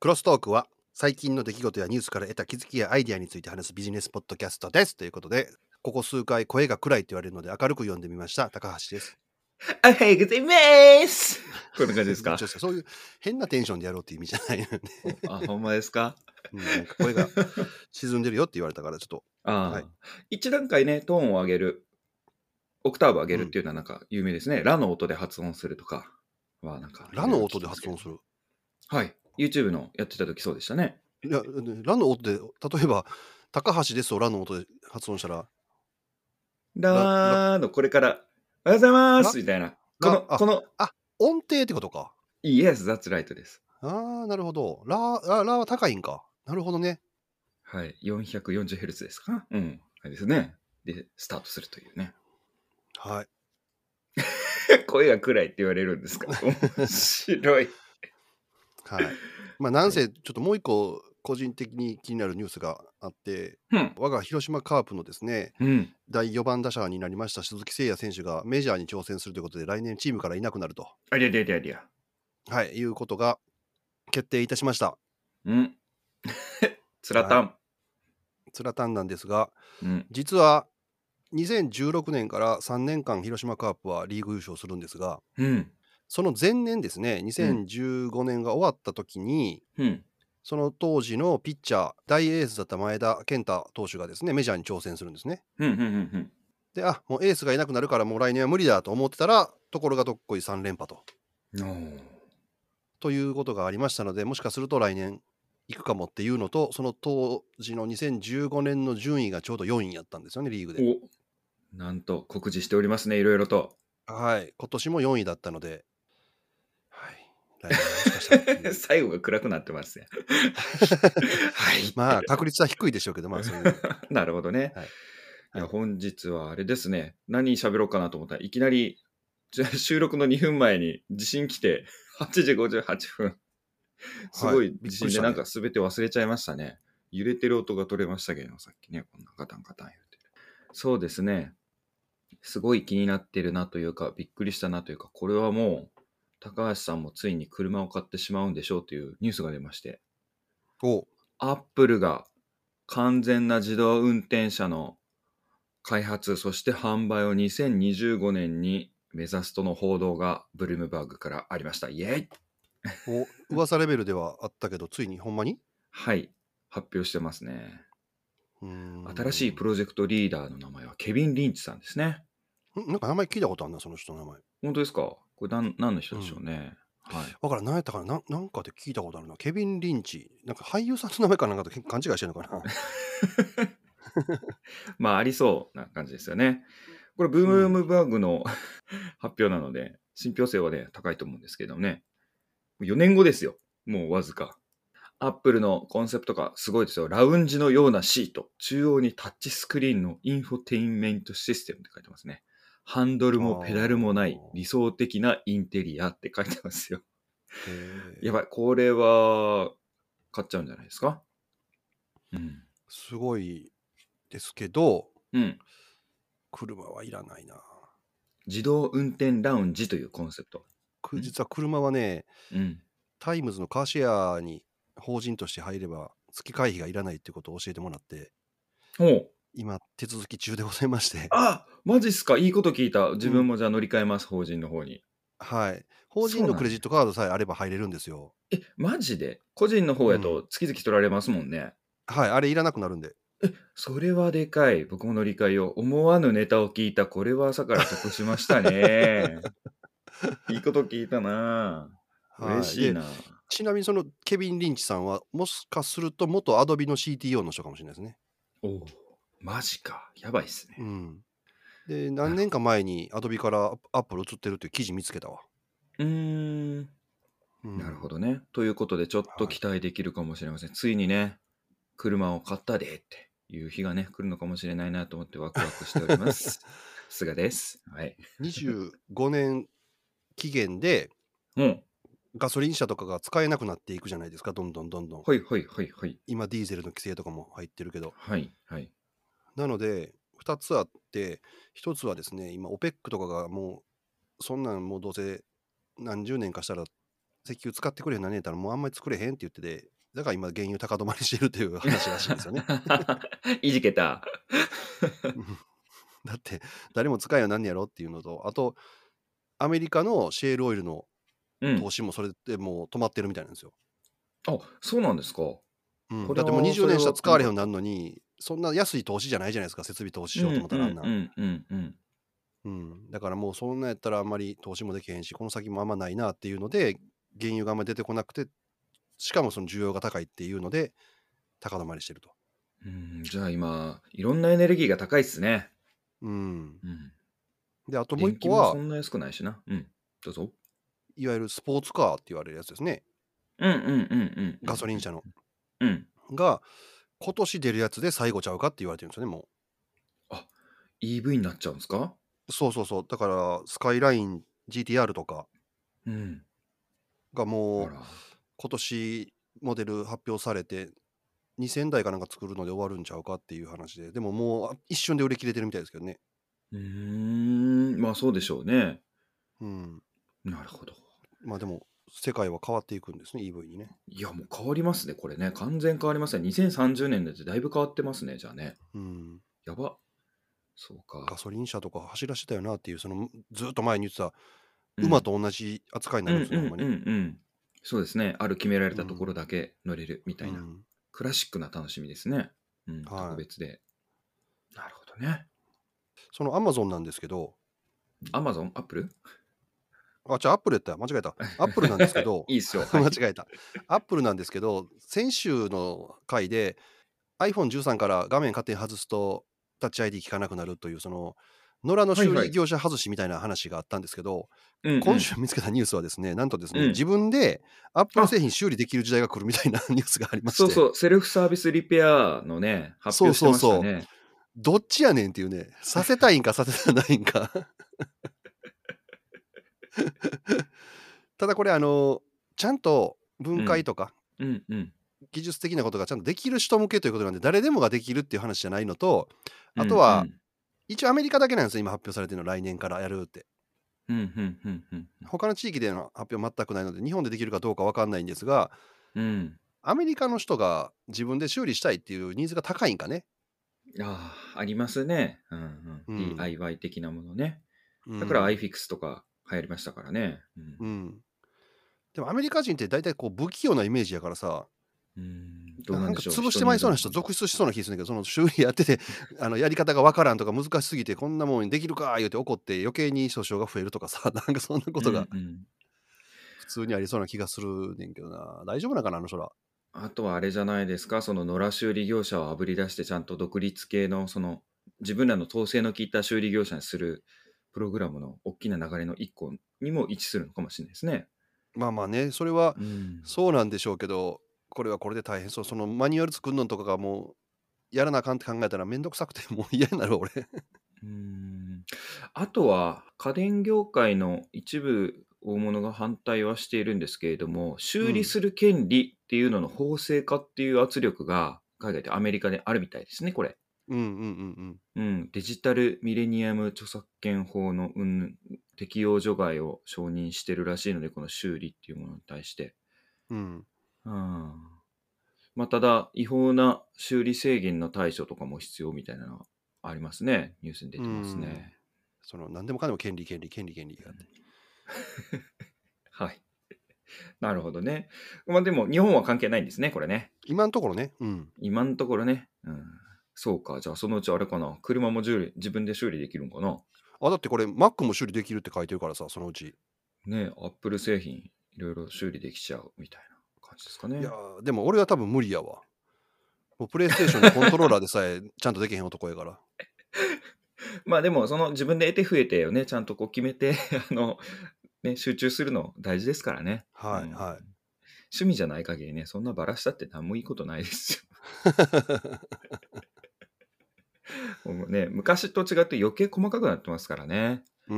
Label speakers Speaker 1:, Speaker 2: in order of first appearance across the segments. Speaker 1: クロストークは最近の出来事やニュースから得た気づきやアイディアについて話すビジネスポッドキャストです。ということで、ここ数回声が暗いって言われるので明るく読んでみました。高橋です。
Speaker 2: おはようございます。こんな感じですか
Speaker 1: ちょっとそういう変なテンションでやろうっていう意味じゃないので、
Speaker 2: あ、ほんまですか
Speaker 1: うんなんか声が沈んでるよって言われたから、ちょっと、
Speaker 2: あ、
Speaker 1: は
Speaker 2: はい一段階ね、トーンを上げる、オクターブ上げるっていうのはなんか有名ですね。ラの音で発音するとかはなんか。
Speaker 1: ラの音で発音する。
Speaker 2: はい。YouTube のやってた時そうでしたね。
Speaker 1: いや、ラの音で、例えば、高橋ですをラの音で発音したら、
Speaker 2: ラーのこれから、おはようございますみたいな。この、
Speaker 1: あ
Speaker 2: この、
Speaker 1: 音程ってことか。
Speaker 2: Yes, that's right です。
Speaker 1: ああ、なるほど。ラあラは高いんか。なるほどね。
Speaker 2: はい。440Hz ですかうん。はいですね。で、スタートするというね。
Speaker 1: はい。
Speaker 2: 声が暗いって言われるんですか面白い。
Speaker 1: はい。まあ、なんせ、ちょっともう一個、個人的に気になるニュースがあって、
Speaker 2: うん。
Speaker 1: 我が広島カープのですね、
Speaker 2: うん。
Speaker 1: 第4番打者になりました鈴木誠也選手がメジャーに挑戦するということで、来年チームからいなくなると、
Speaker 2: ありゃりゃりゃりゃ。
Speaker 1: はい、いうことが決定いたしました。
Speaker 2: うん。つらたん。
Speaker 1: つらたんなんですが、
Speaker 2: うん。
Speaker 1: 実は2016年から3年間、広島カープはリーグ優勝するんですが、
Speaker 2: うん。
Speaker 1: その前年ですね、2015年が終わった時に、
Speaker 2: うん。
Speaker 1: その当時のピッチャー、大エースだった前田健太投手がですね、メジャーに挑戦するんですね。
Speaker 2: うん。うん。うん。
Speaker 1: で、あもうエースがいなくなるから、もう来年は無理だと思ってたら、ところがどっこい3連覇と。
Speaker 2: うんおー
Speaker 1: ということがありましたので、もしかすると来年行くかもっていうのと、その当時の2015年の順位がちょうど4位やったんですよね、リーグで。
Speaker 2: おなんと告示しておりますね、いろいろと。
Speaker 1: はい、今年も4位だったので、はい、 来年はもしかしたらっていう
Speaker 2: 最後が暗くなってます ね。はい。
Speaker 1: まあ、確率は低いでしょうけど、まあ、そういう
Speaker 2: なるほどね。
Speaker 1: はい
Speaker 2: い、
Speaker 1: は
Speaker 2: や
Speaker 1: い
Speaker 2: 本日はあれですね、何喋ろうかなと思ったらいきなりじゃ収録の2分前に地震来て、8時58分。すご
Speaker 1: はい
Speaker 2: い
Speaker 1: びっ
Speaker 2: 地
Speaker 1: くり
Speaker 2: 震
Speaker 1: した
Speaker 2: で
Speaker 1: ね
Speaker 2: なんか全て忘れちゃいましたね。揺れてる音が取れましたけど、さっきね、こんなガタンガタン言ってる。そうですね。すごい気になってるなというか、びっくりしたなというか、これはもう、高橋さんもついに車を買ってしまうんでしょうというニュースが出まして。
Speaker 1: お
Speaker 2: アップルが完全な自動運転車の開発、そして販売を2025年に目指すとの報道がブルームバーグからありました。イェイ
Speaker 1: お噂レベルではあったけど、ついにほんまに
Speaker 2: はい、発表してますね。
Speaker 1: うーん
Speaker 2: 新しいプロジェクトリーダーの名前はケビン・リンチさんですね。
Speaker 1: んなんか名前聞いたことあるな、その人の名前。
Speaker 2: 本当ですかこれ何何の人でしょうね。はい。
Speaker 1: わからん、何やったかなな、なんかで聞いたことあるな。ケビン・リンチ、なんか俳優さんの名前かなんかと勘違いしてるの かな。
Speaker 2: まあ、ありそうな感じですよね。これ、ブルームバーグの 発表なので、信憑性はね、高いと思うんですけどね。4年後ですよ。もうわずか。アップルのコンセプトがすごいですよ。ラウンジのようなシート。中央にタッチスクリーンのインフォテインメントシステムって書いてますね。ハンドルもペダルもない
Speaker 1: あー
Speaker 2: 理想的なインテリアって書いてますよ。
Speaker 1: へー
Speaker 2: やばい。これは、買っちゃうんじゃないですかうん。
Speaker 1: すごいですけど、
Speaker 2: うん。
Speaker 1: 車はいらないな。
Speaker 2: 自動運転ラウンジというコンセプト。
Speaker 1: く
Speaker 2: ん
Speaker 1: 実は車はね、
Speaker 2: うん。
Speaker 1: タイムズのカーシェアに法人として入れば、月会費がいらないってことを教えてもらって、
Speaker 2: おう
Speaker 1: 今、手続き中でございまして、
Speaker 2: あマジっすかいいこと聞いた。自分もじゃあ乗り換えます、法人の方に。
Speaker 1: はい。法
Speaker 2: そ
Speaker 1: 人
Speaker 2: うなん
Speaker 1: の
Speaker 2: だ
Speaker 1: クレジットカードさえあれば入れるんですよ。
Speaker 2: え、マジで個人の方やと月々取られますもんね。
Speaker 1: はい、あれいらなくなるんで。
Speaker 2: それはでかい。僕も乗り換えよう。思わぬネタを聞いた。これは朝から得しました ね。いいこと聞いたな
Speaker 1: はい
Speaker 2: 嬉しいな
Speaker 1: でちなみにそのケビン・リンチさんは、もしかすると元アドビの CTO の人かもしれないですね。
Speaker 2: おうマジか。やばいっすね。
Speaker 1: うん。で、何年か前にアドビからアップル移ってるっていう記事見つけたわ。
Speaker 2: うーん。
Speaker 1: うん
Speaker 2: なるほどね。ということで、ちょっと期待できるかもしれません。ついにね、車を買ったでっていう日がね、来るのかもしれないなと思ってワクワクしてお ります。菅です。はい。
Speaker 1: 25年期限で
Speaker 2: うん。
Speaker 1: ガソリン車とかが使えなくなっていくじゃないですか、どんどんどんどん。
Speaker 2: はいはいはいはい。
Speaker 1: 今、ディーゼルの規制とかも入ってるけど。
Speaker 2: はいはい。
Speaker 1: なので、2つあって、1つはですね、今、OPEC とかがもう、そんなんもうどうせ何十年かしたら石油使ってくれへんなねえたらもうあんまり作れへんって言ってて、だから今原油高止まりしてるという話らしいんですよ ね。
Speaker 2: いじけた。
Speaker 1: だって誰も使えよなんねやろっていうのと、あとアメリカのシェールオイルの
Speaker 2: うん
Speaker 1: 投。資もそれでもう止まってるみたいなんですよ。
Speaker 2: あ、そうなんですか。
Speaker 1: うん
Speaker 2: こ
Speaker 1: だ
Speaker 2: れは
Speaker 1: ってもう20年しか使われへんようになるのに、そんな安い投資じゃないじゃないですか、設備投資しようと思ったらあんな。
Speaker 2: うんうんうんうん
Speaker 1: うん、だからもうそんなんやったらあんまり投資もできへんし、この先もあんまないなっていうので、原油があんまり出てこなくて、しかもその需要が高いっていうので、高止まりしてると。
Speaker 2: うん。うんじゃあ今、いろんなエネルギーが高いっすね。
Speaker 1: うん、
Speaker 2: うん。
Speaker 1: で、あともう一個
Speaker 2: 電気も
Speaker 1: は
Speaker 2: そ、んな安くないしな。うん。どうぞ。
Speaker 1: いわゆるスポーツカーって言われるやつですね、
Speaker 2: うんうんうんうん。
Speaker 1: ガソリン車の。
Speaker 2: うん。
Speaker 1: が、今年出るやつで最後ちゃうかって言われてるんですよね、も
Speaker 2: EV になっちゃうんですか
Speaker 1: う。そうそうそう、だからスカイライン GTR とか
Speaker 2: うん。
Speaker 1: がも
Speaker 2: あ
Speaker 1: う
Speaker 2: ら。
Speaker 1: 今年モデル発表されて2000台かなんか作るので終わるんちゃうかっていう話ででももう一瞬で売り切れてるみたいですけどね
Speaker 2: うーん。まあそうでしょうね。
Speaker 1: うん
Speaker 2: なるほど。
Speaker 1: まあでも世界は変わっていくんですね EV にね
Speaker 2: いや、もう変わりますね、これね。完全変わりますね。2030年だってだいぶ変わってますね、じゃあね。
Speaker 1: うん
Speaker 2: やば。そうか。
Speaker 1: ガソリン車とか走らせてたよなっていうそのずっと前に言ってた馬と同じ扱いになるんですよ、
Speaker 2: うん
Speaker 1: ほ
Speaker 2: うんんう
Speaker 1: ま
Speaker 2: ん
Speaker 1: に、
Speaker 2: うんそうですね。ある決められたところだけ乗れるみたいな。
Speaker 1: うん
Speaker 2: クラシックな楽しみですね。うん、
Speaker 1: はい
Speaker 2: 特別で。なるほどね。
Speaker 1: そのアマゾンなんですけど
Speaker 2: アマゾン、アップル
Speaker 1: あじゃあアップルやった間違え たアップルなんですけど
Speaker 2: いい っすよ。はい
Speaker 1: 間違えた。アップルなんですけど、先週の回で iPhone13 から画面勝手に外すとタッチ ID 効かなくなるという、その野良の修
Speaker 2: はいは
Speaker 1: 理
Speaker 2: い
Speaker 1: 業者外しみたいな話があったんですけど、
Speaker 2: うんうん
Speaker 1: 今週見つけたニュースはですね、なんとですね、
Speaker 2: うん
Speaker 1: 自分でアップル
Speaker 2: あ
Speaker 1: 製品修理できる時代が来るみたいなニュースがありまして、
Speaker 2: そうそう、セルフサービスリペアのね、発表してましたね。
Speaker 1: そうそうどっちやねんっていうね、させたいんかさせたないんか。 ただこれ、あの、ちゃんと分解とか、
Speaker 2: うんうん。
Speaker 1: 技術的なことがちゃんとできる人向けということなんで誰でもができるっていう話じゃないのとあとは一応アメリカだけなんですよ今発表されてるの来年からやるって
Speaker 2: うん、うんうんうんうん
Speaker 1: 他の地域での発表全くないので日本でできるかどうか分かんないんですが
Speaker 2: うん。
Speaker 1: アメリカの人が自分で修理したいっていうニーズが高いんかね、
Speaker 2: うん。ああ、ありますね。うんうん。
Speaker 1: うん
Speaker 2: DIY 的なものね。
Speaker 1: うん
Speaker 2: だから iFix とか流行りましたからね。うん
Speaker 1: うんでもアメリカ人って大体こう不器用なイメージやからさ
Speaker 2: うんどう
Speaker 1: な
Speaker 2: なん
Speaker 1: ん
Speaker 2: で
Speaker 1: か
Speaker 2: しょう。
Speaker 1: 潰してまいそうな人
Speaker 2: によ
Speaker 1: 続出しそうな気するんだけどその修理やって てあのやり方が分からんとか難しすぎてこんなもんできるか言うて怒って余計に訴訟が増えるとかさなんかそんな
Speaker 2: る
Speaker 1: ことが
Speaker 2: うんうん
Speaker 1: 普通にありそうな気がするねんけどな。大丈夫なんかな、あの人ら。
Speaker 2: あとはあれじゃないですか、その野良修理業者をあぶり出して、ちゃんと独立系の、その自分らの統制の効いた修理業者にするプログラムの大きな流れの一個にも位置するのかもしれないですね。
Speaker 1: まあまあね、それは
Speaker 2: うん
Speaker 1: そうなんでしょうけど、これはこれで大変そう。そのマニュアル作るのとかがもう、やらなあかんって考えたらめんどくさくてもう嫌になる俺。
Speaker 2: うんあとは家電業界の一部大物が反対はしているんですけれども修理する権利っていうのの法制化っていう圧力が海外でアメリカであるみたいですねこれ、
Speaker 1: うんうんうん
Speaker 2: うん、デジタルミレニアム著作権法のうん適用除外を承認してるらしいのでこの修理っていうものに対して、
Speaker 1: うん。うん。
Speaker 2: うんまあ、ただ違法な修理制限の対処とかも必要みたいなのはありますねニュースに出てますね。
Speaker 1: うんその何でもかんでも権利、権利、権利、権利があって。
Speaker 2: はい。 なるほどね。まあでも日本は関係ないんですね、これね。
Speaker 1: 今のところね、うん。
Speaker 2: 今のところね。うん。そうか。じゃあそのうちあれかな。車も修理自分で修理できるんかな。
Speaker 1: あ、だってこれ Mac も修理できるって書いてるからさ、そのうち。
Speaker 2: ねアップル製品いろいろ修理できちゃうみたいな感じですかね。
Speaker 1: いやー、でも俺は多分無理やわ。もうプレイステーションのコントローラーでさえ ちゃんとできへん男やから。
Speaker 2: まあでもその自分で得て増えてをね、ちゃんとこう決めて、 あの、ね、集中するの大事ですからね。
Speaker 1: はい、
Speaker 2: うん
Speaker 1: はい。
Speaker 2: 趣味じゃない限りね、そんなバラしたって何もいいことないです よ。もうね、昔と違って余計細かくなってますからね。
Speaker 1: うー
Speaker 2: こ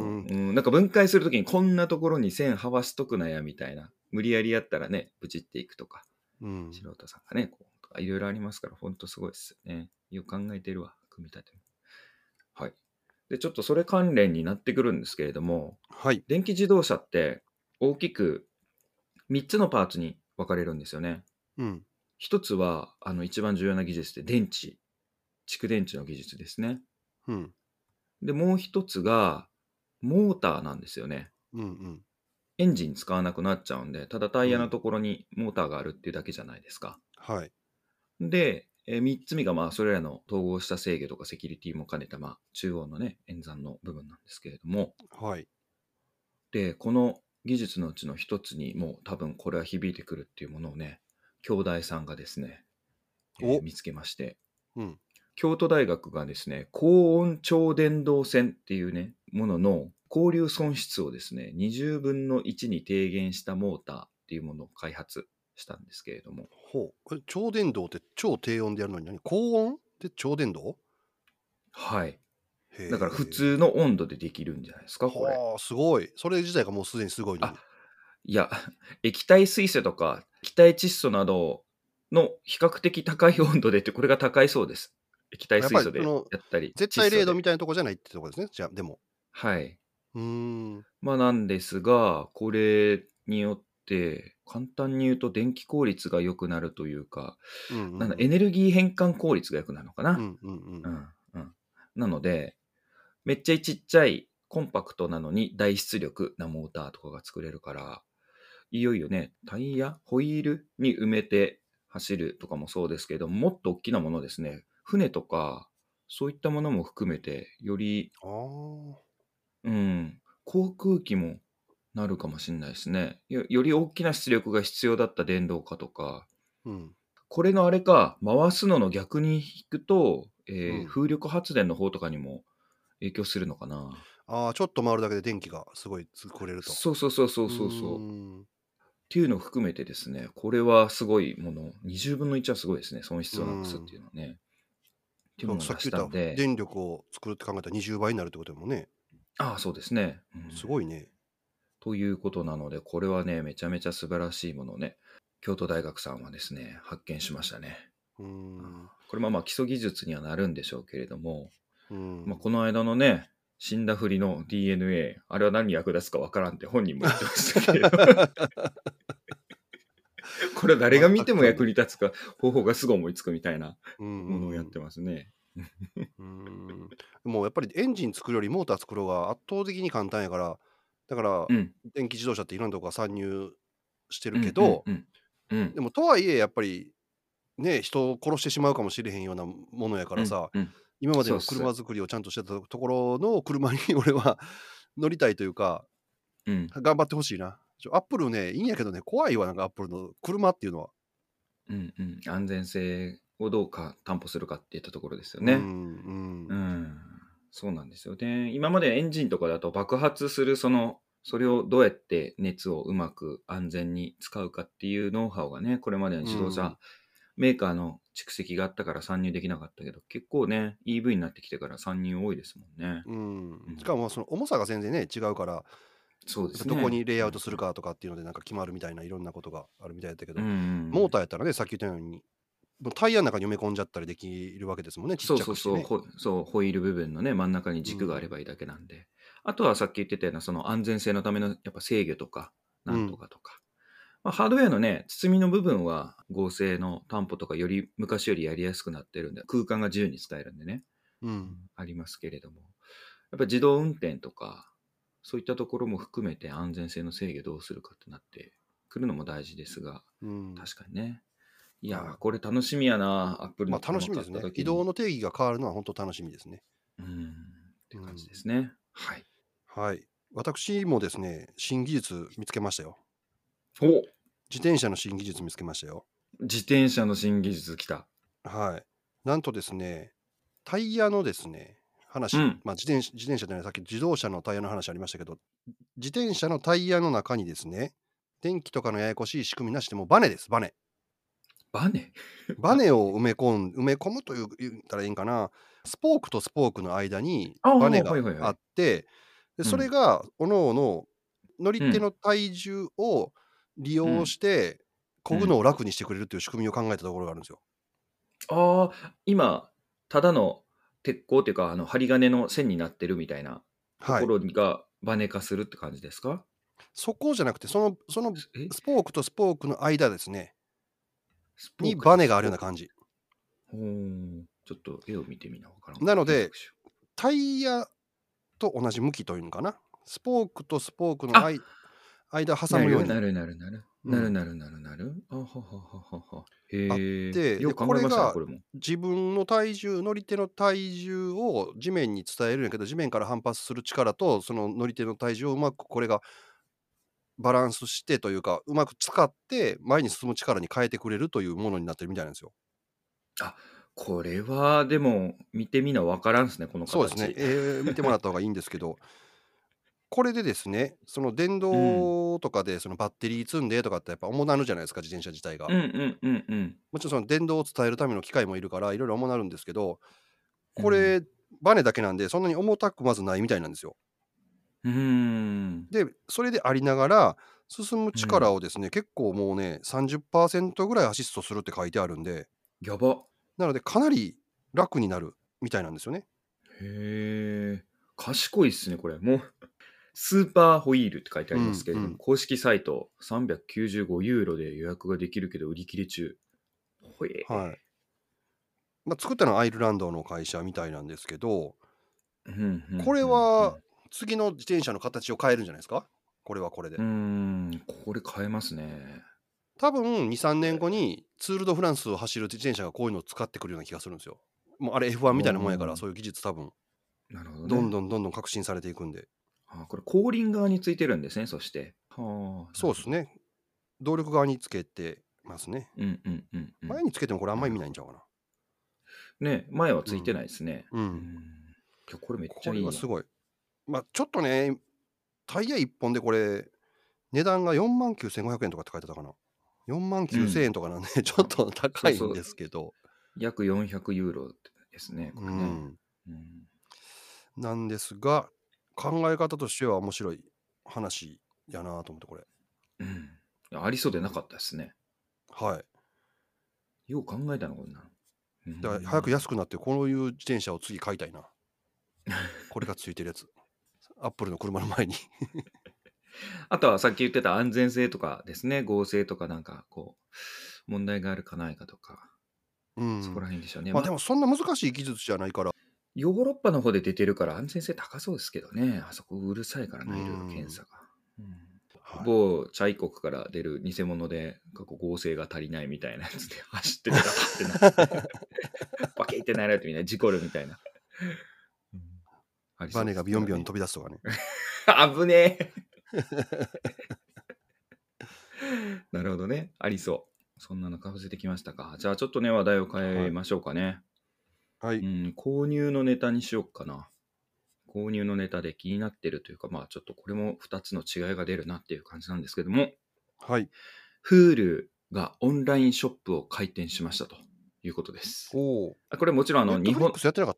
Speaker 1: ん。
Speaker 2: うん、なんか分解するときにこんなところに線はわしとくなやみたいな無理やりやったらねブチっていくとか
Speaker 1: うん
Speaker 2: 素人さんがねこうとかいろいろありますからほんとすごいですよねよく考えてるわ組み立てはいでちょっとそれ関連になってくるんですけれども
Speaker 1: はい。
Speaker 2: 電気自動車って大きく3つのパーツに分かれるんですよね。
Speaker 1: うん。
Speaker 2: 一つは、あの、一番重要な技術で電池、蓄電池の技術ですね。
Speaker 1: うん。
Speaker 2: で、もう一つが、モーターなんですよね。
Speaker 1: うん。うん。
Speaker 2: エンジン使わなくなっちゃうんで、ただタイヤのところにモーターがあるっていうだけじゃないですか。
Speaker 1: はい。
Speaker 2: で、え3つ目が、まあ、それらの統合した制御とかセキュリティも兼ねた、まあ、中央のね、演算の部分なんですけれども、
Speaker 1: はい。
Speaker 2: で、この技術のうちの一つにもう多分これは響いてくるっていうものをね、兄弟さんがですね、えー
Speaker 1: お
Speaker 2: 見つけまして、
Speaker 1: うん。
Speaker 2: 京都大学がですね、高温超電導線っていうね、ものの交流損失をですね、20分の1に低減したモーターっていうものを開発したんですけれども、
Speaker 1: ほう。え超電導って超低温でやるのに何高温で超電導
Speaker 2: はい。
Speaker 1: へー
Speaker 2: だから普通の温度でできるんじゃないですか、これ。
Speaker 1: はあ、すごい。それ自体がもうすでにすごいのに。
Speaker 2: いや、液体水素とか液体窒素などの比較的高い温度でって、これが高いそうです。液体水素で
Speaker 1: やっぱり
Speaker 2: や
Speaker 1: その
Speaker 2: ったり。
Speaker 1: 絶対
Speaker 2: 窒素で
Speaker 1: 0度みたいなとこじゃないってとこですね。じゃあ、でも。
Speaker 2: はい。
Speaker 1: うーん。
Speaker 2: まあなんですが、これによって、簡単に言うと電気効率が良くなるというか、
Speaker 1: うんうんうん
Speaker 2: なんだエネルギー変換効率が良くなるのかな。
Speaker 1: うんうんうん
Speaker 2: う。んうんなので、めっちゃちっちゃい、コンパクトなのに大出力なモーターとかが作れるから、いよいよね、タイヤ、ホイールに埋めて走るとかもそうですけど、もっと大きなものですね、船とか、そういったものも含めて、より、
Speaker 1: ああ。
Speaker 2: うん、航空機もなるかもしれないですね。よより大きな出力が必要だった電動化とか、
Speaker 1: うん。
Speaker 2: これのあれか、回すのの逆に引くと、えー
Speaker 1: うん
Speaker 2: 風力発電の方とかにも影響するのかな。
Speaker 1: ああ、ちょっと回るだけで電気がすごい作れると。
Speaker 2: そうそうそうそうそうそう。
Speaker 1: ー
Speaker 2: っ
Speaker 1: ん
Speaker 2: ていうのを含めてですね、これはすごいもの、20分の1はすごいですね、損失をなくすっていうのはね。っていうものを
Speaker 1: さっ
Speaker 2: 出し
Speaker 1: き
Speaker 2: た
Speaker 1: 言っ
Speaker 2: ん
Speaker 1: た
Speaker 2: で、
Speaker 1: 電力を作るって考えたら20倍になるってことでもね、
Speaker 2: ああ、そうですね。うん
Speaker 1: すごいね。
Speaker 2: ということなので、これはね、めちゃめちゃ素晴らしいものをね、京都大学さんはですね、発見しましたね。
Speaker 1: うーん。
Speaker 2: これもまあ基礎技術にはなるんでしょうけれども、
Speaker 1: うん
Speaker 2: まあ、この間のね、死んだふりの DNA、あれは何に役立つかわからんって本人も言ってまし たけど、これ誰が見ても役に立つか、方法がすぐ思いつくみたいな
Speaker 1: うん
Speaker 2: ものをやってますね。
Speaker 1: うんもうやっぱりエンジン作るよりモーター作る方が圧倒的に簡単やから、だから
Speaker 2: うん。
Speaker 1: 電気自動車っていろんなとこが参入して
Speaker 2: うん
Speaker 1: るけど、、
Speaker 2: うん。うん。
Speaker 1: でもとはいえやっぱりね人を殺してしまうかもしれへんようなものやからさ、
Speaker 2: うん、うん
Speaker 1: 今までの
Speaker 2: そうっす
Speaker 1: 車作りをちゃんとしてたところの 車に俺は乗りたいというか
Speaker 2: うん。
Speaker 1: 頑張ってほしいなちょアップルねいいんやけどね怖いわなんかアップルの車っていうのは
Speaker 2: うん。うん。安全性をどうか担保するかっていったところですよね。
Speaker 1: う
Speaker 2: う
Speaker 1: ん
Speaker 2: ん。
Speaker 1: うん
Speaker 2: そうなんですよね。今までエンジンとかだと爆発するその、それをどうやって熱をうまく安全に使うかっていうノウハウがね、これまでの自動車、
Speaker 1: うん
Speaker 2: メーカーの蓄積があったから参入できなかったけど、結構ね、EV になってきてから参入多いですもんね。
Speaker 1: うん
Speaker 2: うん
Speaker 1: しかもその重さが全然ね違うから、
Speaker 2: そうですね。
Speaker 1: どこにレイアウトするかとかっていうのでなんか決まるみたいないろんなことがあるみたいだったけ
Speaker 2: う
Speaker 1: ど、
Speaker 2: んうんうん、
Speaker 1: モーターやったらねさっき言ったようにもうタイヤの中に埋め込んじゃったりできるわけですもんねちっち
Speaker 2: そ
Speaker 1: ゃ
Speaker 2: う
Speaker 1: くして、
Speaker 2: そ
Speaker 1: ね、
Speaker 2: うそう、ほそう、ホイール部分のね、真ん中に軸があればいいだけなんで。あとはさっき言ってたような、その安全性のための、やっぱ制御とか、なんとかとか。まあ、ハードウェアのね、包みの部分は合成の担保とかより昔よりやりやすくなってるんで、空間が自由に使えるんでね、
Speaker 1: うん
Speaker 2: ありますけれども。やっぱ自動運転とか、そういったところも含めて安全性の制御どうするかってなってくるのも大事ですが、
Speaker 1: うん、
Speaker 2: 確かにね。いやー、これ楽しみやな、アップル
Speaker 1: まあ楽しみですね移動の定義が変わるのは本当楽しみですね
Speaker 2: うんって感じですね。はい。
Speaker 1: はい私もですね新技術見つけましたよ
Speaker 2: お
Speaker 1: 自転車の新技術見つけましたよ
Speaker 2: 自転車の新技術来た。
Speaker 1: はいなんとですねタイヤのですね話、
Speaker 2: うん
Speaker 1: まあ、自転自転車じゃないさっき自動車のタイヤの話ありましたけど自転車のタイヤの中にですね電気とかのややこしい仕組みなしでもうバネですバ ネ
Speaker 2: バネ
Speaker 1: バネを埋め込ん埋め込むという言ったらいいんかなスポークとスポークの間に
Speaker 2: あー
Speaker 1: バネが
Speaker 2: はいはいはい
Speaker 1: あってでそれがおのおの乗り手の体重を利用して漕ぐのを楽にしてくれるという仕組みを考えたところがあるんですよ。
Speaker 2: ああ、今、ただの鉄鋼っていうか、あの、針金の線になってるみたいなと
Speaker 1: はい
Speaker 2: こ、ろがバネ化するって感じですか、
Speaker 1: そこじゃなくて、その、その
Speaker 2: え
Speaker 1: スポークとスポークの間ですね、
Speaker 2: スポー
Speaker 1: に
Speaker 2: ク
Speaker 1: バネがあるような感じ。
Speaker 2: ほーちょっと絵を見てみなわからん
Speaker 1: なので、タイヤと同じ向きというのかな。スポークとスポークの間間挟
Speaker 2: な
Speaker 1: む
Speaker 2: る
Speaker 1: よう
Speaker 2: よ
Speaker 1: に
Speaker 2: なるなるなる
Speaker 1: うん
Speaker 2: なるなるなるなるあはははははへえ
Speaker 1: で
Speaker 2: よく考えましたねこ
Speaker 1: こ
Speaker 2: れも
Speaker 1: 自分の体重乗り手の体重を地面に伝えるんやけど地面から反発する力とその乗り手の体重をうまくこれがバランスしてというかうまく使って前に進む力に変えてくれるというものになってるみたいなんですよ。
Speaker 2: これはでも見てみなわからんですねこの形
Speaker 1: そうですね、えー見てもらった方がいいんですけどこれでですねその電動とかでそのバッテリー積んでとかってやっぱ重なるじゃないですか自転車自体が。
Speaker 2: うんうんうんうん
Speaker 1: もちろんその電動を伝えるための機械もいるからいろいろ重なるんですけどこれ、バネだけなんでそんなに重たくまずないみたいなんですよ。
Speaker 2: うーん
Speaker 1: で、それでありながら、進む力をですね、結構もうね、30%ぐらいアシストするって書いてあるんで、
Speaker 2: やば
Speaker 1: なので、かなり楽になるみたいなんですよね。
Speaker 2: へえ賢いっすねこれもうスーパーホイールって書いてありますけれども、
Speaker 1: うんうん
Speaker 2: 公式サイト395ユーロで予約ができるけど売り切れ中ほえ、
Speaker 1: はいまあ、作ったのはアイルランドの会社みたいなんですけど、
Speaker 2: うんうんうんうん
Speaker 1: これは次の自転車の形を変えるんじゃないですか、これはこれで
Speaker 2: うー。ん、これ変えますね。
Speaker 1: 多分2、3年後にツール・ド・フランスを走る自転車がこういうのを使ってくるような気がするんですよ。もうあれ F1 みたいなもんやか
Speaker 2: う
Speaker 1: ら、
Speaker 2: ん
Speaker 1: そういう技術多分、
Speaker 2: なるほどね。
Speaker 1: どんどんどんどん革新されていくんで。
Speaker 2: あこれ、後輪側についてるんですね、そして。はあ。
Speaker 1: そうです
Speaker 2: ね。
Speaker 1: ね。動力側につけてますね。
Speaker 2: うんうんうん、うん。
Speaker 1: 前につけてもこれあんまり見ないんちゃうかな。
Speaker 2: ね、前はついてないですね。
Speaker 1: うん。
Speaker 2: うん。いやこれめっち
Speaker 1: こ
Speaker 2: ゃい
Speaker 1: れ
Speaker 2: いな。
Speaker 1: はすごい。まあちょっとね、タイヤ1本でこれ、値段が4万9500円とかって書いてたかな。4万9000円とかなんで、ちょっと高いんですけど。
Speaker 2: 約400ユーロですね、こ
Speaker 1: う
Speaker 2: れね。
Speaker 1: ん。
Speaker 2: うん
Speaker 1: なんですが、考え方としては面白い話やなと思って、これ。
Speaker 2: うんいやありそうでなかったですね。
Speaker 1: はい。
Speaker 2: よう考えたのこんなの。うん
Speaker 1: だから早く安くなって、こういう自転車を次買いたいな。これがついてるやつ。アップルの車の前に。
Speaker 2: あとはさっき言ってた安全性とかですね、合成とかなんかこう、問題があるかないかとか、
Speaker 1: うん。
Speaker 2: そこら辺でしょうね。
Speaker 1: まあ
Speaker 2: まあ
Speaker 1: でもそんな難しい技術じゃないから、
Speaker 2: ヨーロッパの方で出てるから安全性高そうですけどね。あそこうるさいからな、
Speaker 1: うん
Speaker 2: いろいろ検査が。うん
Speaker 1: はい
Speaker 2: 某チャイ国から出る偽物で過去合成が足りないみたいなやつで 走ってたらっ てなってバケってなられてみんな事故るみたいな、
Speaker 1: バネがビヨンビヨン
Speaker 2: と
Speaker 1: 飛び出すとかね。
Speaker 2: 危ねえなるほどねありそうそんなのかぶせてきましたかじゃあちょっとね話題を変えましょうかね、
Speaker 1: は
Speaker 2: う
Speaker 1: い。
Speaker 2: ん、購入のネタにしようかな。購入のネタで気になってるというか、まあちょっとこれも2つの違いが出るなっていう感じなんですけども、
Speaker 1: はい。
Speaker 2: Hulu がオンラインショップを開店しましたということです。
Speaker 1: おお。
Speaker 2: あこれもちろんあ
Speaker 1: ネ
Speaker 2: の
Speaker 1: ット
Speaker 2: 日
Speaker 1: フリッ
Speaker 2: 本
Speaker 1: ク、スやってなかっ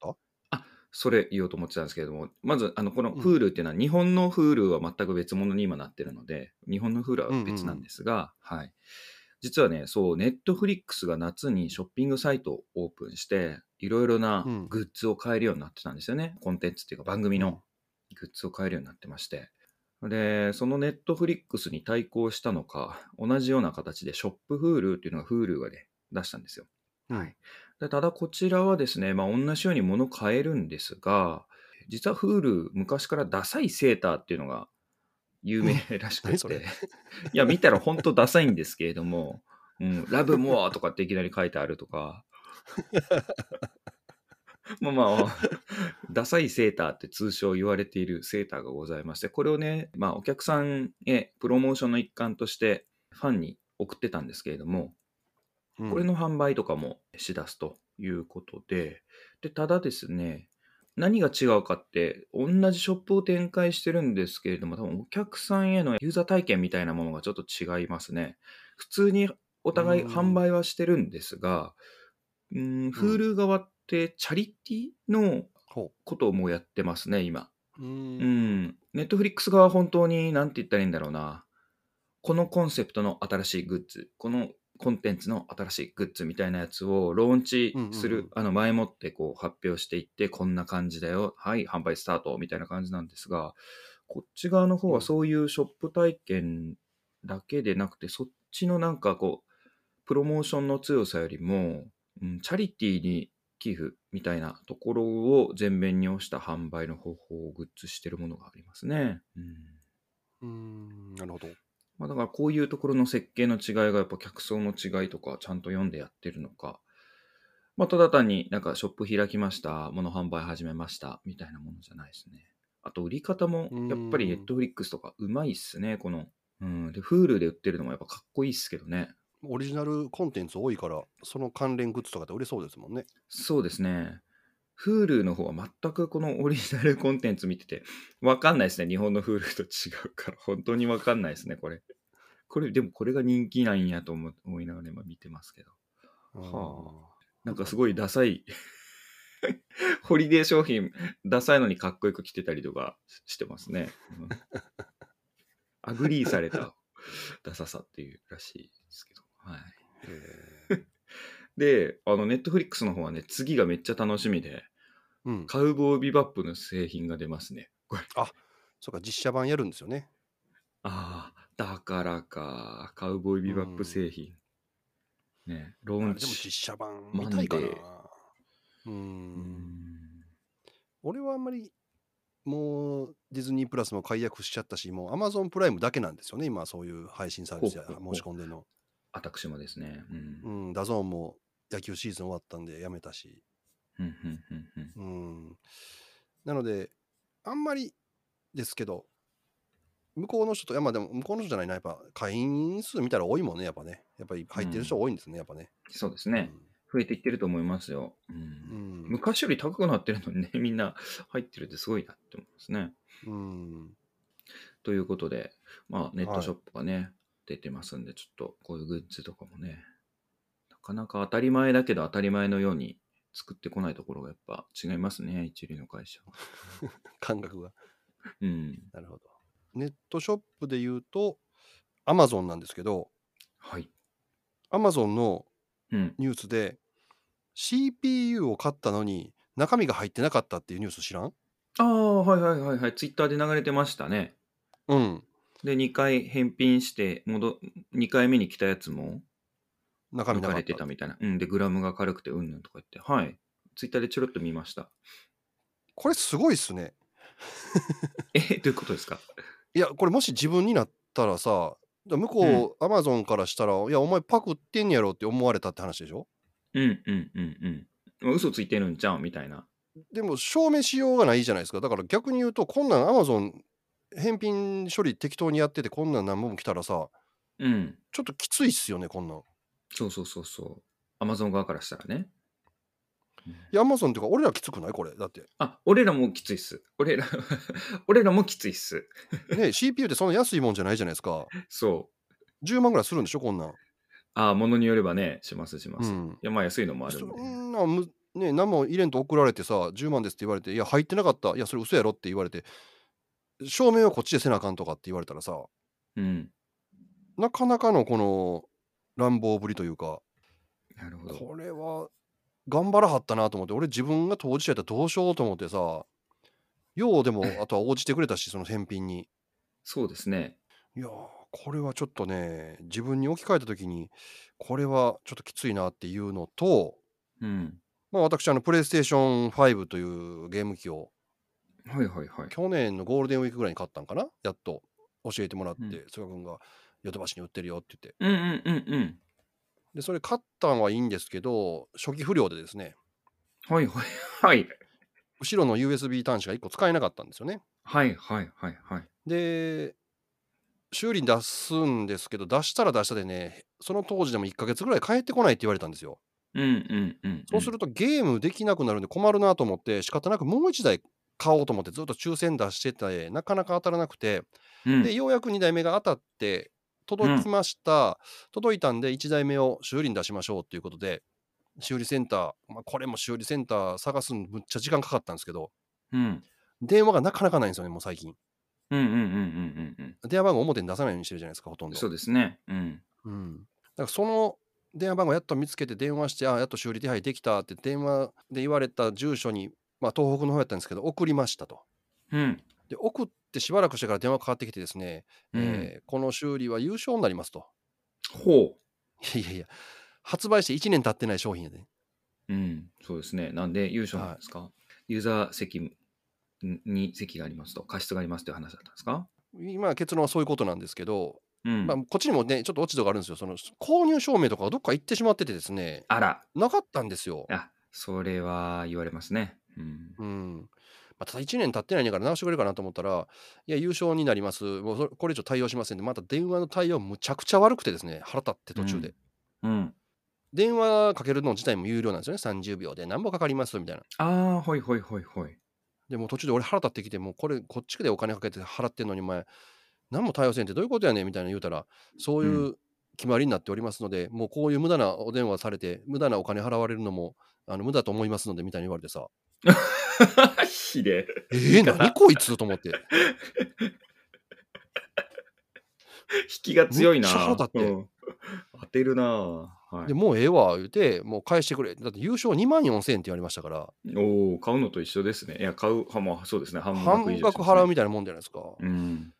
Speaker 1: た
Speaker 2: それ言おうと思ってたんですけれども、まずあのこの
Speaker 1: うん
Speaker 2: Hulu っていうのは日本の Hulu は全く別物に今なってるので、日本の Hulu は別なんですが、はい。実はね、そう、Netflix が夏にショッピングサイトをオープンして、いろいろな
Speaker 1: うん
Speaker 2: グッズを買えるようになってたんですよね。コンテンツっていうか番組のグッズを買えるようになってまして。で、その Netflix に対抗したのか、同じような形でショップ Hulu っていうのが Hulu がね、出したんですよ。
Speaker 1: うん
Speaker 2: はいでただこちらはですね、まあ、同じように物を買えるんですが、実は Hulu 昔からダサいセーターっていうのが有名らしく
Speaker 1: 何そ
Speaker 2: て、
Speaker 1: れ
Speaker 2: いや、見たら本当ダサいんですけれども、うん、ラブモアとかっていきなり書いてある とか、まあまあ、ダサいセーターって通称言われているセーターがございまして、これをね、まあお客さんへプロモーションの一環としてファンに送ってたんですけれども、
Speaker 1: うん
Speaker 2: これの販売とかもしだすということで、で、ただですね、何が違うかって、同じショップを展開してるんですけれども、多分お客さんへのユーザー体験みたいなものがちょっと違いますね。普通にお互い
Speaker 1: うん
Speaker 2: 販売はしてるんですが、うん、Hulu 側ってチャリティの
Speaker 1: ほ
Speaker 2: ことをもうやってますね、今。
Speaker 1: う。う。
Speaker 2: うんん。ネットフリックス側は本当に何て言ったらいいんだろうな。このコンセプトの新しいグッズ、このコンテンツの新しいグッズみたいなやつをローンチす
Speaker 1: う
Speaker 2: る、
Speaker 1: んうんうん
Speaker 2: あの前もってこう発表していって、こんな感じだよ、はい、販売スタートみたいな感じなんですが、こっち側の方はそういうショップ体験だけでなくて、そっちのなんかこう、プロモーションの強さよりも、うん、チャリティーに寄付みたいなところを前面に押した販売の方法をグッズしてるものがありますね。
Speaker 1: う
Speaker 2: うん
Speaker 1: ーんなるほど。
Speaker 2: まあ、だからこういうところの設計の違いがやっぱ客層の違いとかちゃんと読んでやってるのか、まあ、ただ単になんかショップ開きました、物販売始めましたみたいなものじゃないですね。あと売り方もやっぱりネットフリックスとかうまいっすね、この。うん、で、Hulu で売ってるのもやっぱかっこいいっすけどね。
Speaker 1: オリジナルコンテンツ多いから、その関連グッズとかって売れそうですもんね。
Speaker 2: そうですね。Hulu の方は全くこのオリジナルコンテンツ見てて、わかんないですね。日本の Hulu と違うから、本当にわかんないですね、これ。これ、でもこれが人気なんやと思思いながら今見てますけど。はなんかすごいダサい、 ホリデー商品、ダサいのにかっこよく着てたりとかしてますね。うんアグリーされた ダサさっていうらしいですけど。はい。
Speaker 1: あ。へえ
Speaker 2: で、あの、ネットフリックスの方はね、次がめっちゃ楽しみで、
Speaker 1: うん。
Speaker 2: カウボーイビバップの製品が出ますね。これ。
Speaker 1: そうか、実写版やるんですよね。
Speaker 2: ああ、だからか。カウボーイビバップ製品。ね、ロ
Speaker 1: あ
Speaker 2: ー
Speaker 1: れ
Speaker 2: ン
Speaker 1: でも実
Speaker 2: チ。
Speaker 1: 写版
Speaker 2: マン
Speaker 1: 見
Speaker 2: デー
Speaker 1: たいかな。う。
Speaker 2: うんん
Speaker 1: 俺はあんまり、もうディズニープラスも解約しちゃったし、もう Amazon プライムだけなんですよね、今そういう配信サービスや
Speaker 2: ほうほうほ
Speaker 1: 申
Speaker 2: う
Speaker 1: し込んでるの。
Speaker 2: 私もですね。うん
Speaker 1: う。ん、ダゾーンも野球シーズン終わったんでやめたし。
Speaker 2: うん、うん、うん、うん。
Speaker 1: うん。なので、あんまりですけど、向こうの人と、いやまあでも向こうの人じゃないな、やっぱ会員数見たら多いもんね、やっぱね。やっぱり入ってる人多いんですね、やっぱね。
Speaker 2: そうですね。増えていってると思いますよ。う。
Speaker 1: うんん。
Speaker 2: 昔より高くなってるのにね、 みんな入ってるってすごいなって思いますね。
Speaker 1: うん。
Speaker 2: ということで、まあ、ネットショップがね、出てますんで、ちょっとこういうグッズとかもね、なかなか当たり前だけど当たり前のように作ってこないところがやっぱ違いますね、一流の会社は。
Speaker 1: 感覚が。
Speaker 2: うん。
Speaker 1: なるほど。ネットショップで言うと、アマゾンなんですけど、
Speaker 2: はい。
Speaker 1: アマゾンの
Speaker 2: うん。
Speaker 1: ニュースで、CPU を買ったのに、中身が入ってなかったっていうニュース知らん
Speaker 2: ああ、はいはいはいはい。ツイッターで流れてましたね。
Speaker 1: うん。
Speaker 2: で、2回返品して、戻、2回目に来たやつも、
Speaker 1: 中身
Speaker 2: 抜
Speaker 1: な
Speaker 2: か
Speaker 1: か
Speaker 2: れ
Speaker 1: ってた
Speaker 2: た。みたいな。うん。で、グラムが軽くて、うんぬんとか言って。はい。ツイッターでちょろっと見ました。
Speaker 1: これすごいっすね。
Speaker 2: え、どういうことですか
Speaker 1: いや、これもし自分になったらさ、だ向こう、アマゾンからしたら、いや、お前パクってんやろって思われたって話でしょ
Speaker 2: うんうんうんうん。嘘ついてるんちゃうみたいな。
Speaker 1: でも、証明しようがないじゃないですか。だから逆に言うと、こんなんアマゾン返品処理適当にやってて、こんなん何本も来たらさ、
Speaker 2: うん。
Speaker 1: ちょっときついっすよね、こんなん。い
Speaker 2: そうそうそうそう。アマゾン側からしたらね。
Speaker 1: や、アマゾンっていうか、俺らきつくないこれ。だって。
Speaker 2: あ、俺らもきついっす。俺ら、 俺らもきついっす。
Speaker 1: ね、CPU ってそんな安いもんじゃないじゃないですか。
Speaker 2: そう。
Speaker 1: 10万ぐらいするんでしょ、こんなん。
Speaker 2: あ、ものによればね、しますしま
Speaker 1: う
Speaker 2: す。い
Speaker 1: ん。
Speaker 2: や、まあ安いのもある
Speaker 1: そ
Speaker 2: んで。
Speaker 1: んなんむね、何も入れんと送られてさ、10万ですって言われて、いや、入ってなかった、いや、それ嘘やろって言われて、証明はこっちでせなあかんとかって言われたらさ、
Speaker 2: うん。
Speaker 1: なかなかのこの乱暴ぶりというか、
Speaker 2: なるほど。
Speaker 1: これは頑張らはったなと思って、俺自分が当事者やったらどうしようと思ってさ、ようでも、あとは応じてくれたし、その返品に。
Speaker 2: そうですね。
Speaker 1: いやー、これはちょっとね、自分に置き換えたときに、これはちょっときついなっていうのと、
Speaker 2: うん。
Speaker 1: まあ、私、あの、プレイステーション5というゲーム機を、
Speaker 2: はいはいはい。
Speaker 1: 去年のゴールデンウィークぐらいに買ったんかなやっと教えてもらって、
Speaker 2: うん
Speaker 1: 菅君がヨドバシに売ってるよって言って
Speaker 2: うんうんうんうん。
Speaker 1: でそれ買ったんはいいんですけど初期不良でですね
Speaker 2: はいはいはい。
Speaker 1: 後ろの USB 端子が1個使えなかったんですよね
Speaker 2: はいはいはいはい。
Speaker 1: で修理に出すんですけど出したら出したでねその当時でも1ヶ月ぐらい帰ってこないって言われたんですよ
Speaker 2: うんうんうん、うん。
Speaker 1: そうするとゲームできなくなるんで困るなと思って仕方なくもう1台買おうと思ってずっと抽選出しててなかなか当たらなくて
Speaker 2: うん、
Speaker 1: でようやく2台目が当たって届きました、届いたんで1台目を修理に出しましょうということで修理センター、まあ、これも修理センター探すのむっちゃ時間かかったんですけど
Speaker 2: うん。
Speaker 1: 電話がなかなかないんですよねもう最近
Speaker 2: うんうんうんうんうん
Speaker 1: 電話番号表に出さないようにしてるじゃないですかほと
Speaker 2: うんん。
Speaker 1: ど
Speaker 2: そうですね。うん。
Speaker 1: うん、だからその電話番号やっと見つけて電話してあやっと修理手配できたって電話で言われた住所に、まあ、東北の方やったんですけど送りましたと
Speaker 2: うん。
Speaker 1: で送ってしばらくしてから電話かかってきてですね、
Speaker 2: うん
Speaker 1: えーこの修理は優勝になりますと。
Speaker 2: ほ
Speaker 1: いやいやいや、発売して1年経ってない商品やで、
Speaker 2: う。うん。そうですね。なんで、優勝なんですか、ユーザー席に席がありますと、過失がありますという話だったんですか
Speaker 1: 今、結論はそういうことなんですけど、
Speaker 2: うん。
Speaker 1: まあ、こっちにもね、ちょっと落ち度があるんですよ。その購入証明とかがどっか行ってしまっててですね、
Speaker 2: あら。
Speaker 1: なかったんですよ。
Speaker 2: あ、それは言われますね。うん。
Speaker 1: うんまあ、ただ1年経ってないんやから直してくれるかなと思ったら、いや、優勝になります、もうそれこれ以上対応しませんで、また電話の対応、むちゃくちゃ悪くてですね、腹立って途中で。
Speaker 2: うん。
Speaker 1: 電話かけるの自体も有料なんですよね、30秒で、何本かかりますみたいな。
Speaker 2: ああ、ほいほいほいほい。
Speaker 1: でもう途中で俺腹立ってきて、もうこれ、こっちでお金かけて払ってんのに、お前、何も対応せんってどういうことやねんみたいな言うたら、そういうう決まりになっておりますので、もうこういう無駄なお電話されて、無駄なお金払われるのもあの無駄と思いますので、みたいに言われてさ、
Speaker 2: ひで
Speaker 1: えー、何こいつと思って。
Speaker 2: え。引きが強いな。
Speaker 1: むっちゃ腹立って
Speaker 2: うん当てるな。は
Speaker 1: でもうええわ、言うて、もう返してくれ。だって優勝2万4000円って言われましたから、
Speaker 2: い。おお、買うのと一緒ですね。いや、買う、はまあ、そうですね。半
Speaker 1: 半
Speaker 2: 額以上
Speaker 1: 額払う
Speaker 2: み
Speaker 1: みたいなもんじゃないですか。
Speaker 2: たいな。うん。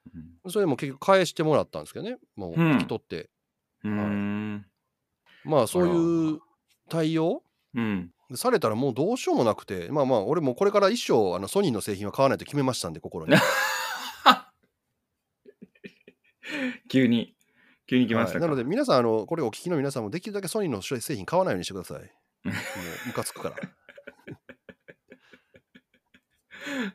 Speaker 1: それでも結局返してもらったんですけどね、もう
Speaker 2: うん
Speaker 1: 引き取って。
Speaker 2: うん。うん。
Speaker 1: まあそうい
Speaker 2: あ
Speaker 1: う対応
Speaker 2: うん。
Speaker 1: されたらもうどうしようもなくて、まあまあ、俺もうこれから一生あのソニーの製品は買わないと決めましたんで、 心に。
Speaker 2: 急に、急に来まし
Speaker 1: は
Speaker 2: た
Speaker 1: い
Speaker 2: か。
Speaker 1: なので、皆さんあの、これをお聞きの皆さんも、できるだけソニーの製品買わないようにしてください。もうムカつ くから。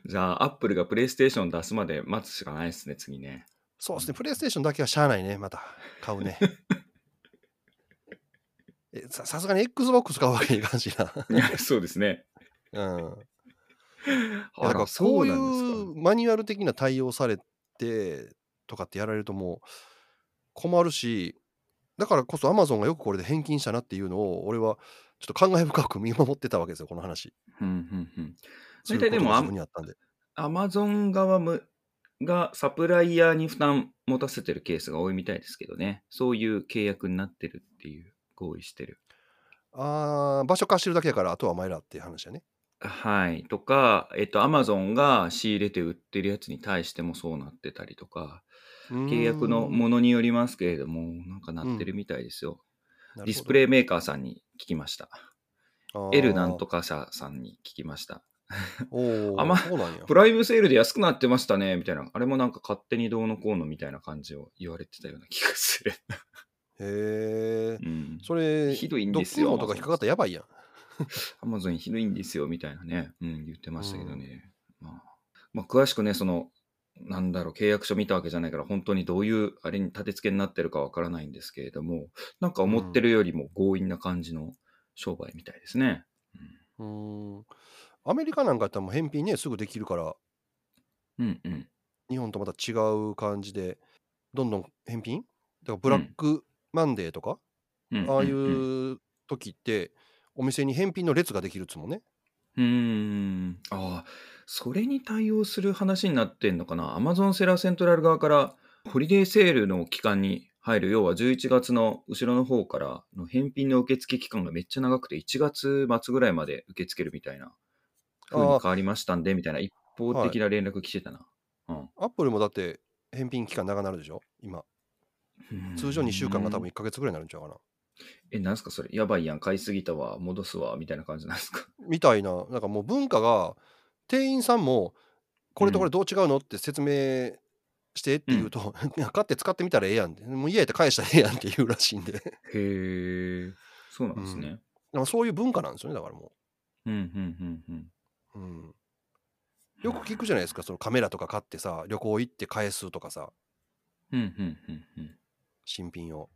Speaker 2: じゃあ、アップルがプレイステーション出すまで待つしかないですね、次ね。
Speaker 1: そうですね、プレイステーションだけはしゃあないね、また。買う ね。えささすがに XBOX 買うわけにいかんしな。
Speaker 2: いや そうですね。
Speaker 1: うん、
Speaker 2: あ
Speaker 1: だからら
Speaker 2: そ
Speaker 1: こ
Speaker 2: う
Speaker 1: うい
Speaker 2: なんですか。
Speaker 1: うマニュアル的な対応されてとかってやられるともう困るしだからこそアマゾンがよくこれで返金したなっていうのを俺はちょっと感慨深く見 守ってたわけですよこの話。
Speaker 2: うんうんうん。
Speaker 1: そう
Speaker 2: 大
Speaker 1: いう
Speaker 2: 体
Speaker 1: こ
Speaker 2: で
Speaker 1: とが
Speaker 2: も
Speaker 1: 自
Speaker 2: ア
Speaker 1: 分にあったんで。
Speaker 2: アマゾン側もがサプライヤーに負担持たせてるケースが多いみたいですけどね。そういう契約になってるっていう、合意してる。
Speaker 1: ああ場所貸してるだけやからあとはお前らっていう話やね。
Speaker 2: はい。とか、えっと、アマゾンが仕入れて売ってるやつに対してもそうなってたりとか、契約のも
Speaker 1: の
Speaker 2: のによりますけれども、なんかなってるみたいですよ。ディスプレイメーカーさんに聞きました。L なんと
Speaker 1: か。
Speaker 2: か社さんに聞きました。
Speaker 1: お
Speaker 2: あま
Speaker 1: おそうなんや
Speaker 2: プ。ライムセールで安くなってましたね、みたいな。あれもなんか勝手にどうのこうのみたいな感じを言われてたような気がする。
Speaker 1: へえ。
Speaker 2: うん。
Speaker 1: それ
Speaker 2: ひどいん
Speaker 1: ド
Speaker 2: です
Speaker 1: ッグ
Speaker 2: よ
Speaker 1: モとか引っかかったらやばいやん。
Speaker 2: アマゾンひどいんですよ、みたいなね。うん、言ってましたけどね。まあ、まあ、詳しくね、その、なんだろう、契約書見たわけじゃないから、本当にどういう、あれに立て付けになってるかわからないんですけれども、なんか思ってるよりも強引な感じの商売みたいですね。
Speaker 1: うーん。アメリカなんかやったらもう返品ねすぐできるから
Speaker 2: うん、うん、
Speaker 1: 日本とまた違う感じでどんどん返品だからブラックマンデーとか、
Speaker 2: うんうん。
Speaker 1: ああい
Speaker 2: うんうん。
Speaker 1: う時ってお店に返品の列ができるっつもんね
Speaker 2: うーん。ああ、それに対応する話になってんのかな。アマゾンセラーセントラル側から、ホリデーセールの期間に入る、要は11月の後ろの方からの返品の受付期間がめっちゃ長くて、1月末ぐらいまで受け付けるみたいな風に
Speaker 1: あー
Speaker 2: 変わりましたんで、みたいな一方的な連絡来てたな。うん
Speaker 1: アップルもだって返品期間長なるでしょ今通常2週間が多分1ヶ月ぐらいになるんちゃうかな
Speaker 2: え、なんすかそれ。やばいやん。買いすぎたわ。戻すわ。みたいな感じなんですか。
Speaker 1: みたいななんかもう文化が店員さんもこれとこれどう違うのって説明してって言うと、い や買って使ってみたらええやんってもう家やって返したらええやんって言うらしいんで だか
Speaker 2: へえ。そうなんですね。
Speaker 1: らそういう文化なんですよねだからも
Speaker 2: うん、うん、うん、う
Speaker 1: う、
Speaker 2: ん。
Speaker 1: うん、よく聞くじゃないですか、そのカメラとか買ってさ、旅行行って返すとかさ、
Speaker 2: うん、うん、うん、うん。
Speaker 1: 新品を。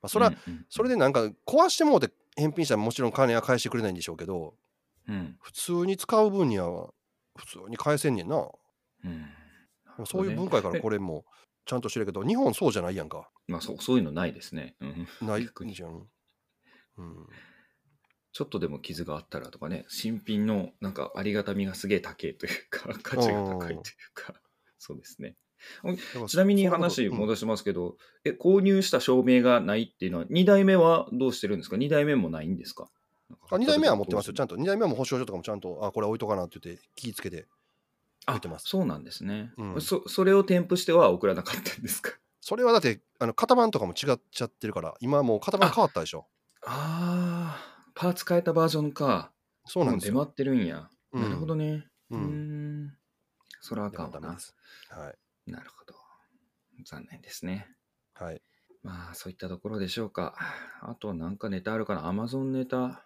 Speaker 1: まあ、それは、
Speaker 2: うんうん
Speaker 1: それでなんか壊してもうて返品したらもちろん金は返してくれないんでしょうけど、
Speaker 2: うん
Speaker 1: 普通に使う分には普通に返せんねんな。
Speaker 2: うん
Speaker 1: そういう文化やからこれもちゃんとしてるけど、日本そうじゃないやんか。
Speaker 2: まあそうそういうのないですね、うん。
Speaker 1: ない
Speaker 2: 逆に
Speaker 1: じゃん。うん、
Speaker 2: ちょっとでも傷があったらとかね、新品のなんかありがたみがすげえ高いというか、価値が高いというか、そうですね。ちなみに話
Speaker 1: 戻
Speaker 2: 戻しますけど、え、購入した証明がないっていうのは、2代目はどうしてるんですか ?2 代目もないんですか
Speaker 1: あ2代目は持ってますよ。ちゃ
Speaker 2: ん
Speaker 1: んと2代目はもう保証書とかもちゃんと、あ、これ置いとかなって言って、気ぃつけて
Speaker 2: あ
Speaker 1: 置いてます
Speaker 2: そうなんですね、
Speaker 1: うん
Speaker 2: そ。それを添付しては送らなかったんですか。
Speaker 1: それはだって、あの型番とかも違っちゃってるから、今はもう型番変わったでしょ。
Speaker 2: ああ、パーツ変えたバージョンか。
Speaker 1: そうなんですよ。
Speaker 2: もう出回ってるんや。
Speaker 1: うん
Speaker 2: なるほどね。
Speaker 1: う
Speaker 2: うー
Speaker 1: ん
Speaker 2: ん。そらあかんわ
Speaker 1: ダメ
Speaker 2: な
Speaker 1: で。す。はい。
Speaker 2: なるほど。残念ですね。
Speaker 1: はい。
Speaker 2: まあ、そういったところでしょうか。あとはなんかネタあるかな。Amazon ネタ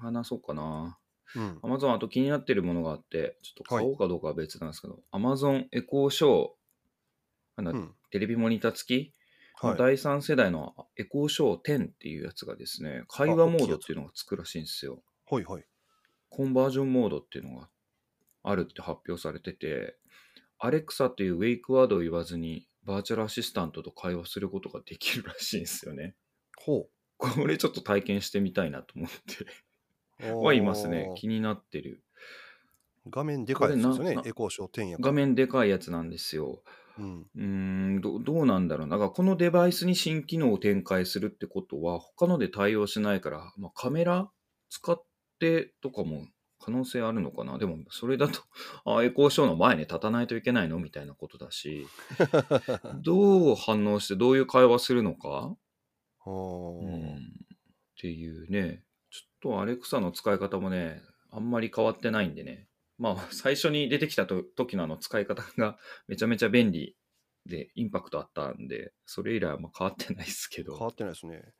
Speaker 2: 話そうかな。
Speaker 1: うん。
Speaker 2: Amazon あと気になってるものがあって、ちょっと
Speaker 1: はい
Speaker 2: 買おうかどうかは別なんですけど、Amazon エコーショー、あの
Speaker 1: うん
Speaker 2: テレビモニター付き、
Speaker 1: はい。
Speaker 2: 第3世代のエコーショー10っていうやつがですね、会話モードっていうのがつくらしいんですよ。
Speaker 1: ほいほい。
Speaker 2: コンバージョンモードっていうのがあるって発表されてて、アレクサっていうウェイクワードを言わずに、バーチャルアシスタントと会話することができるらしいんですよね。
Speaker 1: ほ
Speaker 2: これちょっと体験してみたいなと思って
Speaker 1: う。
Speaker 2: はいますね
Speaker 1: お。ー
Speaker 2: 気になってる。
Speaker 1: 画面でかいですよ
Speaker 2: これ
Speaker 1: ね
Speaker 2: な。
Speaker 1: エコーショー10やから。
Speaker 2: 画面でかいやつなんですよ。
Speaker 1: うん。
Speaker 2: うーんどどうなんだろうな。だからこのデバイスに新機能を展開するってことは、他ので対応しないから、まあ、カメラ使ってとかも可能性あるのかな。でも、それだと、 あエコーショーの前に立たないといけないのみたいなことだし、どう反応して、どういう会話するのか、
Speaker 1: お
Speaker 2: う
Speaker 1: ー
Speaker 2: ん、っていうね、ちょっとアレクサの使い方もね、あんまり変わってないんでね。まあ、 最初に出てきたと時のあの使い方が めちゃめちゃ便利で、インパクトあったんで、それ以来はあんま変わってないですけ
Speaker 1: 変わ
Speaker 2: ど。
Speaker 1: ってないですね。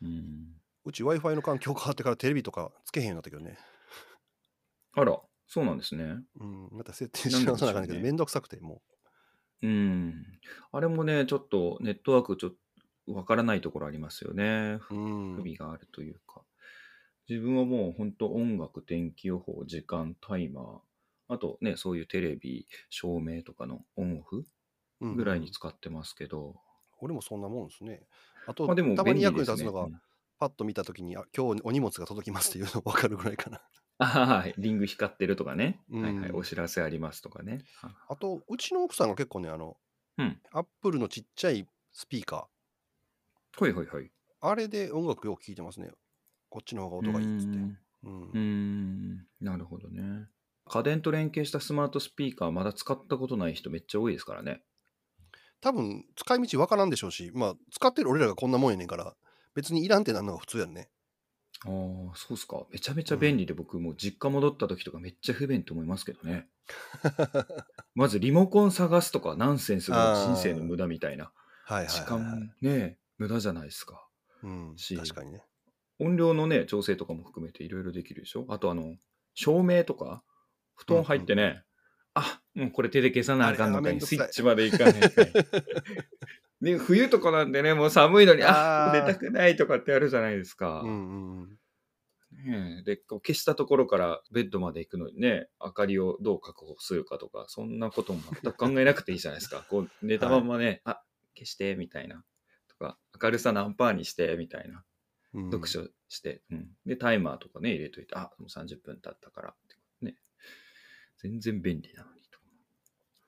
Speaker 2: うん、
Speaker 1: うち Wi-Fi の環境変わってからテレビとかつけへんようになったけどね。
Speaker 2: あら、そうなんですね。
Speaker 1: うん。また設定し直さなあかんねんけ
Speaker 2: なんででしょうね
Speaker 1: ど、めんどくさくて、も
Speaker 2: うん。あれもね、ちょっとネットワークちょっとわからないところありますよね。
Speaker 1: う。うん
Speaker 2: 不。備があるというか、自分はもう本当音楽、天気予報、時間、タイマー、あとね、そういうテレビ、照明とかのオンオフ
Speaker 1: うん
Speaker 2: ぐらいに使ってますけど、
Speaker 1: 俺もそんなもんですね。あと、
Speaker 2: まあでも
Speaker 1: たま
Speaker 2: 便
Speaker 1: に
Speaker 2: 利
Speaker 1: 役に
Speaker 2: です
Speaker 1: 立つ
Speaker 2: ね。
Speaker 1: のが
Speaker 2: う、ん
Speaker 1: パッと見たときに、あ今日お荷物が届きますっていうの分かるぐらいかな。
Speaker 2: あはい、リング光ってるとかね、
Speaker 1: うん
Speaker 2: はいはい、お知らせありますとかね。
Speaker 1: あと、うちの奥さんが結構ね、あの、
Speaker 2: うん
Speaker 1: アップルのちっちゃいスピーカ
Speaker 2: はいはいはい。
Speaker 1: ー、あれで音楽よく聴いてますね。こっちの方が音がいいっつって
Speaker 2: う。ん
Speaker 1: うん
Speaker 2: うーん、なるほどね。家電と連携したスマートスピーカー、まだ使ったことない人めっちゃ多いですからね。
Speaker 1: 多分、使い道分からんでしょうし、まあ、使ってる俺らがこんなもんやねんから、別にいらんってなんのが普通やんね。
Speaker 2: ああ、そうっすか。めちゃめちゃ便利で、僕もう実家戻った時とかめっちゃ不便と思いますけどね。まずリモコン探すとかナンセンスが人生の無駄みたいな。
Speaker 1: はいはい
Speaker 2: 時
Speaker 1: はい、はい。
Speaker 2: 間ね、無駄じゃないですか。
Speaker 1: うん、
Speaker 2: し
Speaker 1: 確かにね。
Speaker 2: 音量のね、調整とかも含めていろいろできるでしょ。あとあの、照明とか、布団入ってね、あ、もうこれ手で消さなあかんの
Speaker 1: あ
Speaker 2: か
Speaker 1: れ
Speaker 2: い、
Speaker 1: が
Speaker 2: ス
Speaker 1: めん
Speaker 2: イ
Speaker 1: どくさい
Speaker 2: ッチまでいかないかい。 で、冬とかなんでね、もう寒いのに、あ
Speaker 1: あ
Speaker 2: 出
Speaker 1: ー
Speaker 2: たくないとかってあるじゃないですか。
Speaker 1: うんうんうん。
Speaker 2: ねえでこう消したところからベッドまで行くのにね明かりをどう確保するかとかそんなことも全く考えなくていいじゃないですかこう寝たまんまね、あ消してみたいなとか明るさ何パーにしてみたいな
Speaker 1: うん
Speaker 2: 読書して、うんでタイマーとかね入れといてあもう30分経ったからってね全然便利なのにと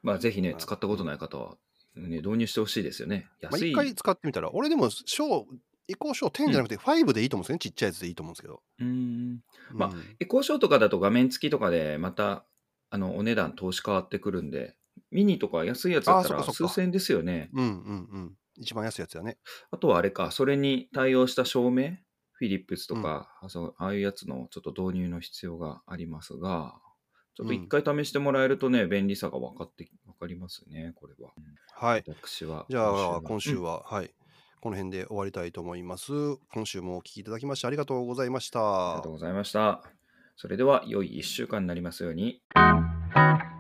Speaker 2: まあぜひね
Speaker 1: まあ
Speaker 2: 使ったことない方は、ね、導入してほしいですよね
Speaker 1: まあ、
Speaker 2: 安
Speaker 1: 一
Speaker 2: い、
Speaker 1: 回使ってみたら、俺でも、小、移行小10じゃなくて5でいいと思うんですよね、ちっちゃいやつでいいと思うんですけど。
Speaker 2: うんまあ
Speaker 1: うん
Speaker 2: エコーショーとかだと画面付きとかでまたあのお値段投資変わってくるんで、ミニとか安いやつだった
Speaker 1: あ
Speaker 2: ら
Speaker 1: そっかそっ
Speaker 2: 数
Speaker 1: か
Speaker 2: 千円ですよね。
Speaker 1: うんうんうん。一番安いやつやね。
Speaker 2: あとはあれか、それに対応した照明、フィリップスとか、あそうああいうやつのちょっと導入の必要がありますが、ちょっと一回試してもらえるとね、便利さが分かって、分かりますね、これは。
Speaker 1: はい。
Speaker 2: 私は。
Speaker 1: じゃあ、今週は、
Speaker 2: は
Speaker 1: はい。この辺で終わりたいと思います。今週もお聞きいただきましてありがとうございまし
Speaker 2: うんあ
Speaker 1: た
Speaker 2: りがとう。ございました。それでは、良い1週間になりますように。
Speaker 3: 「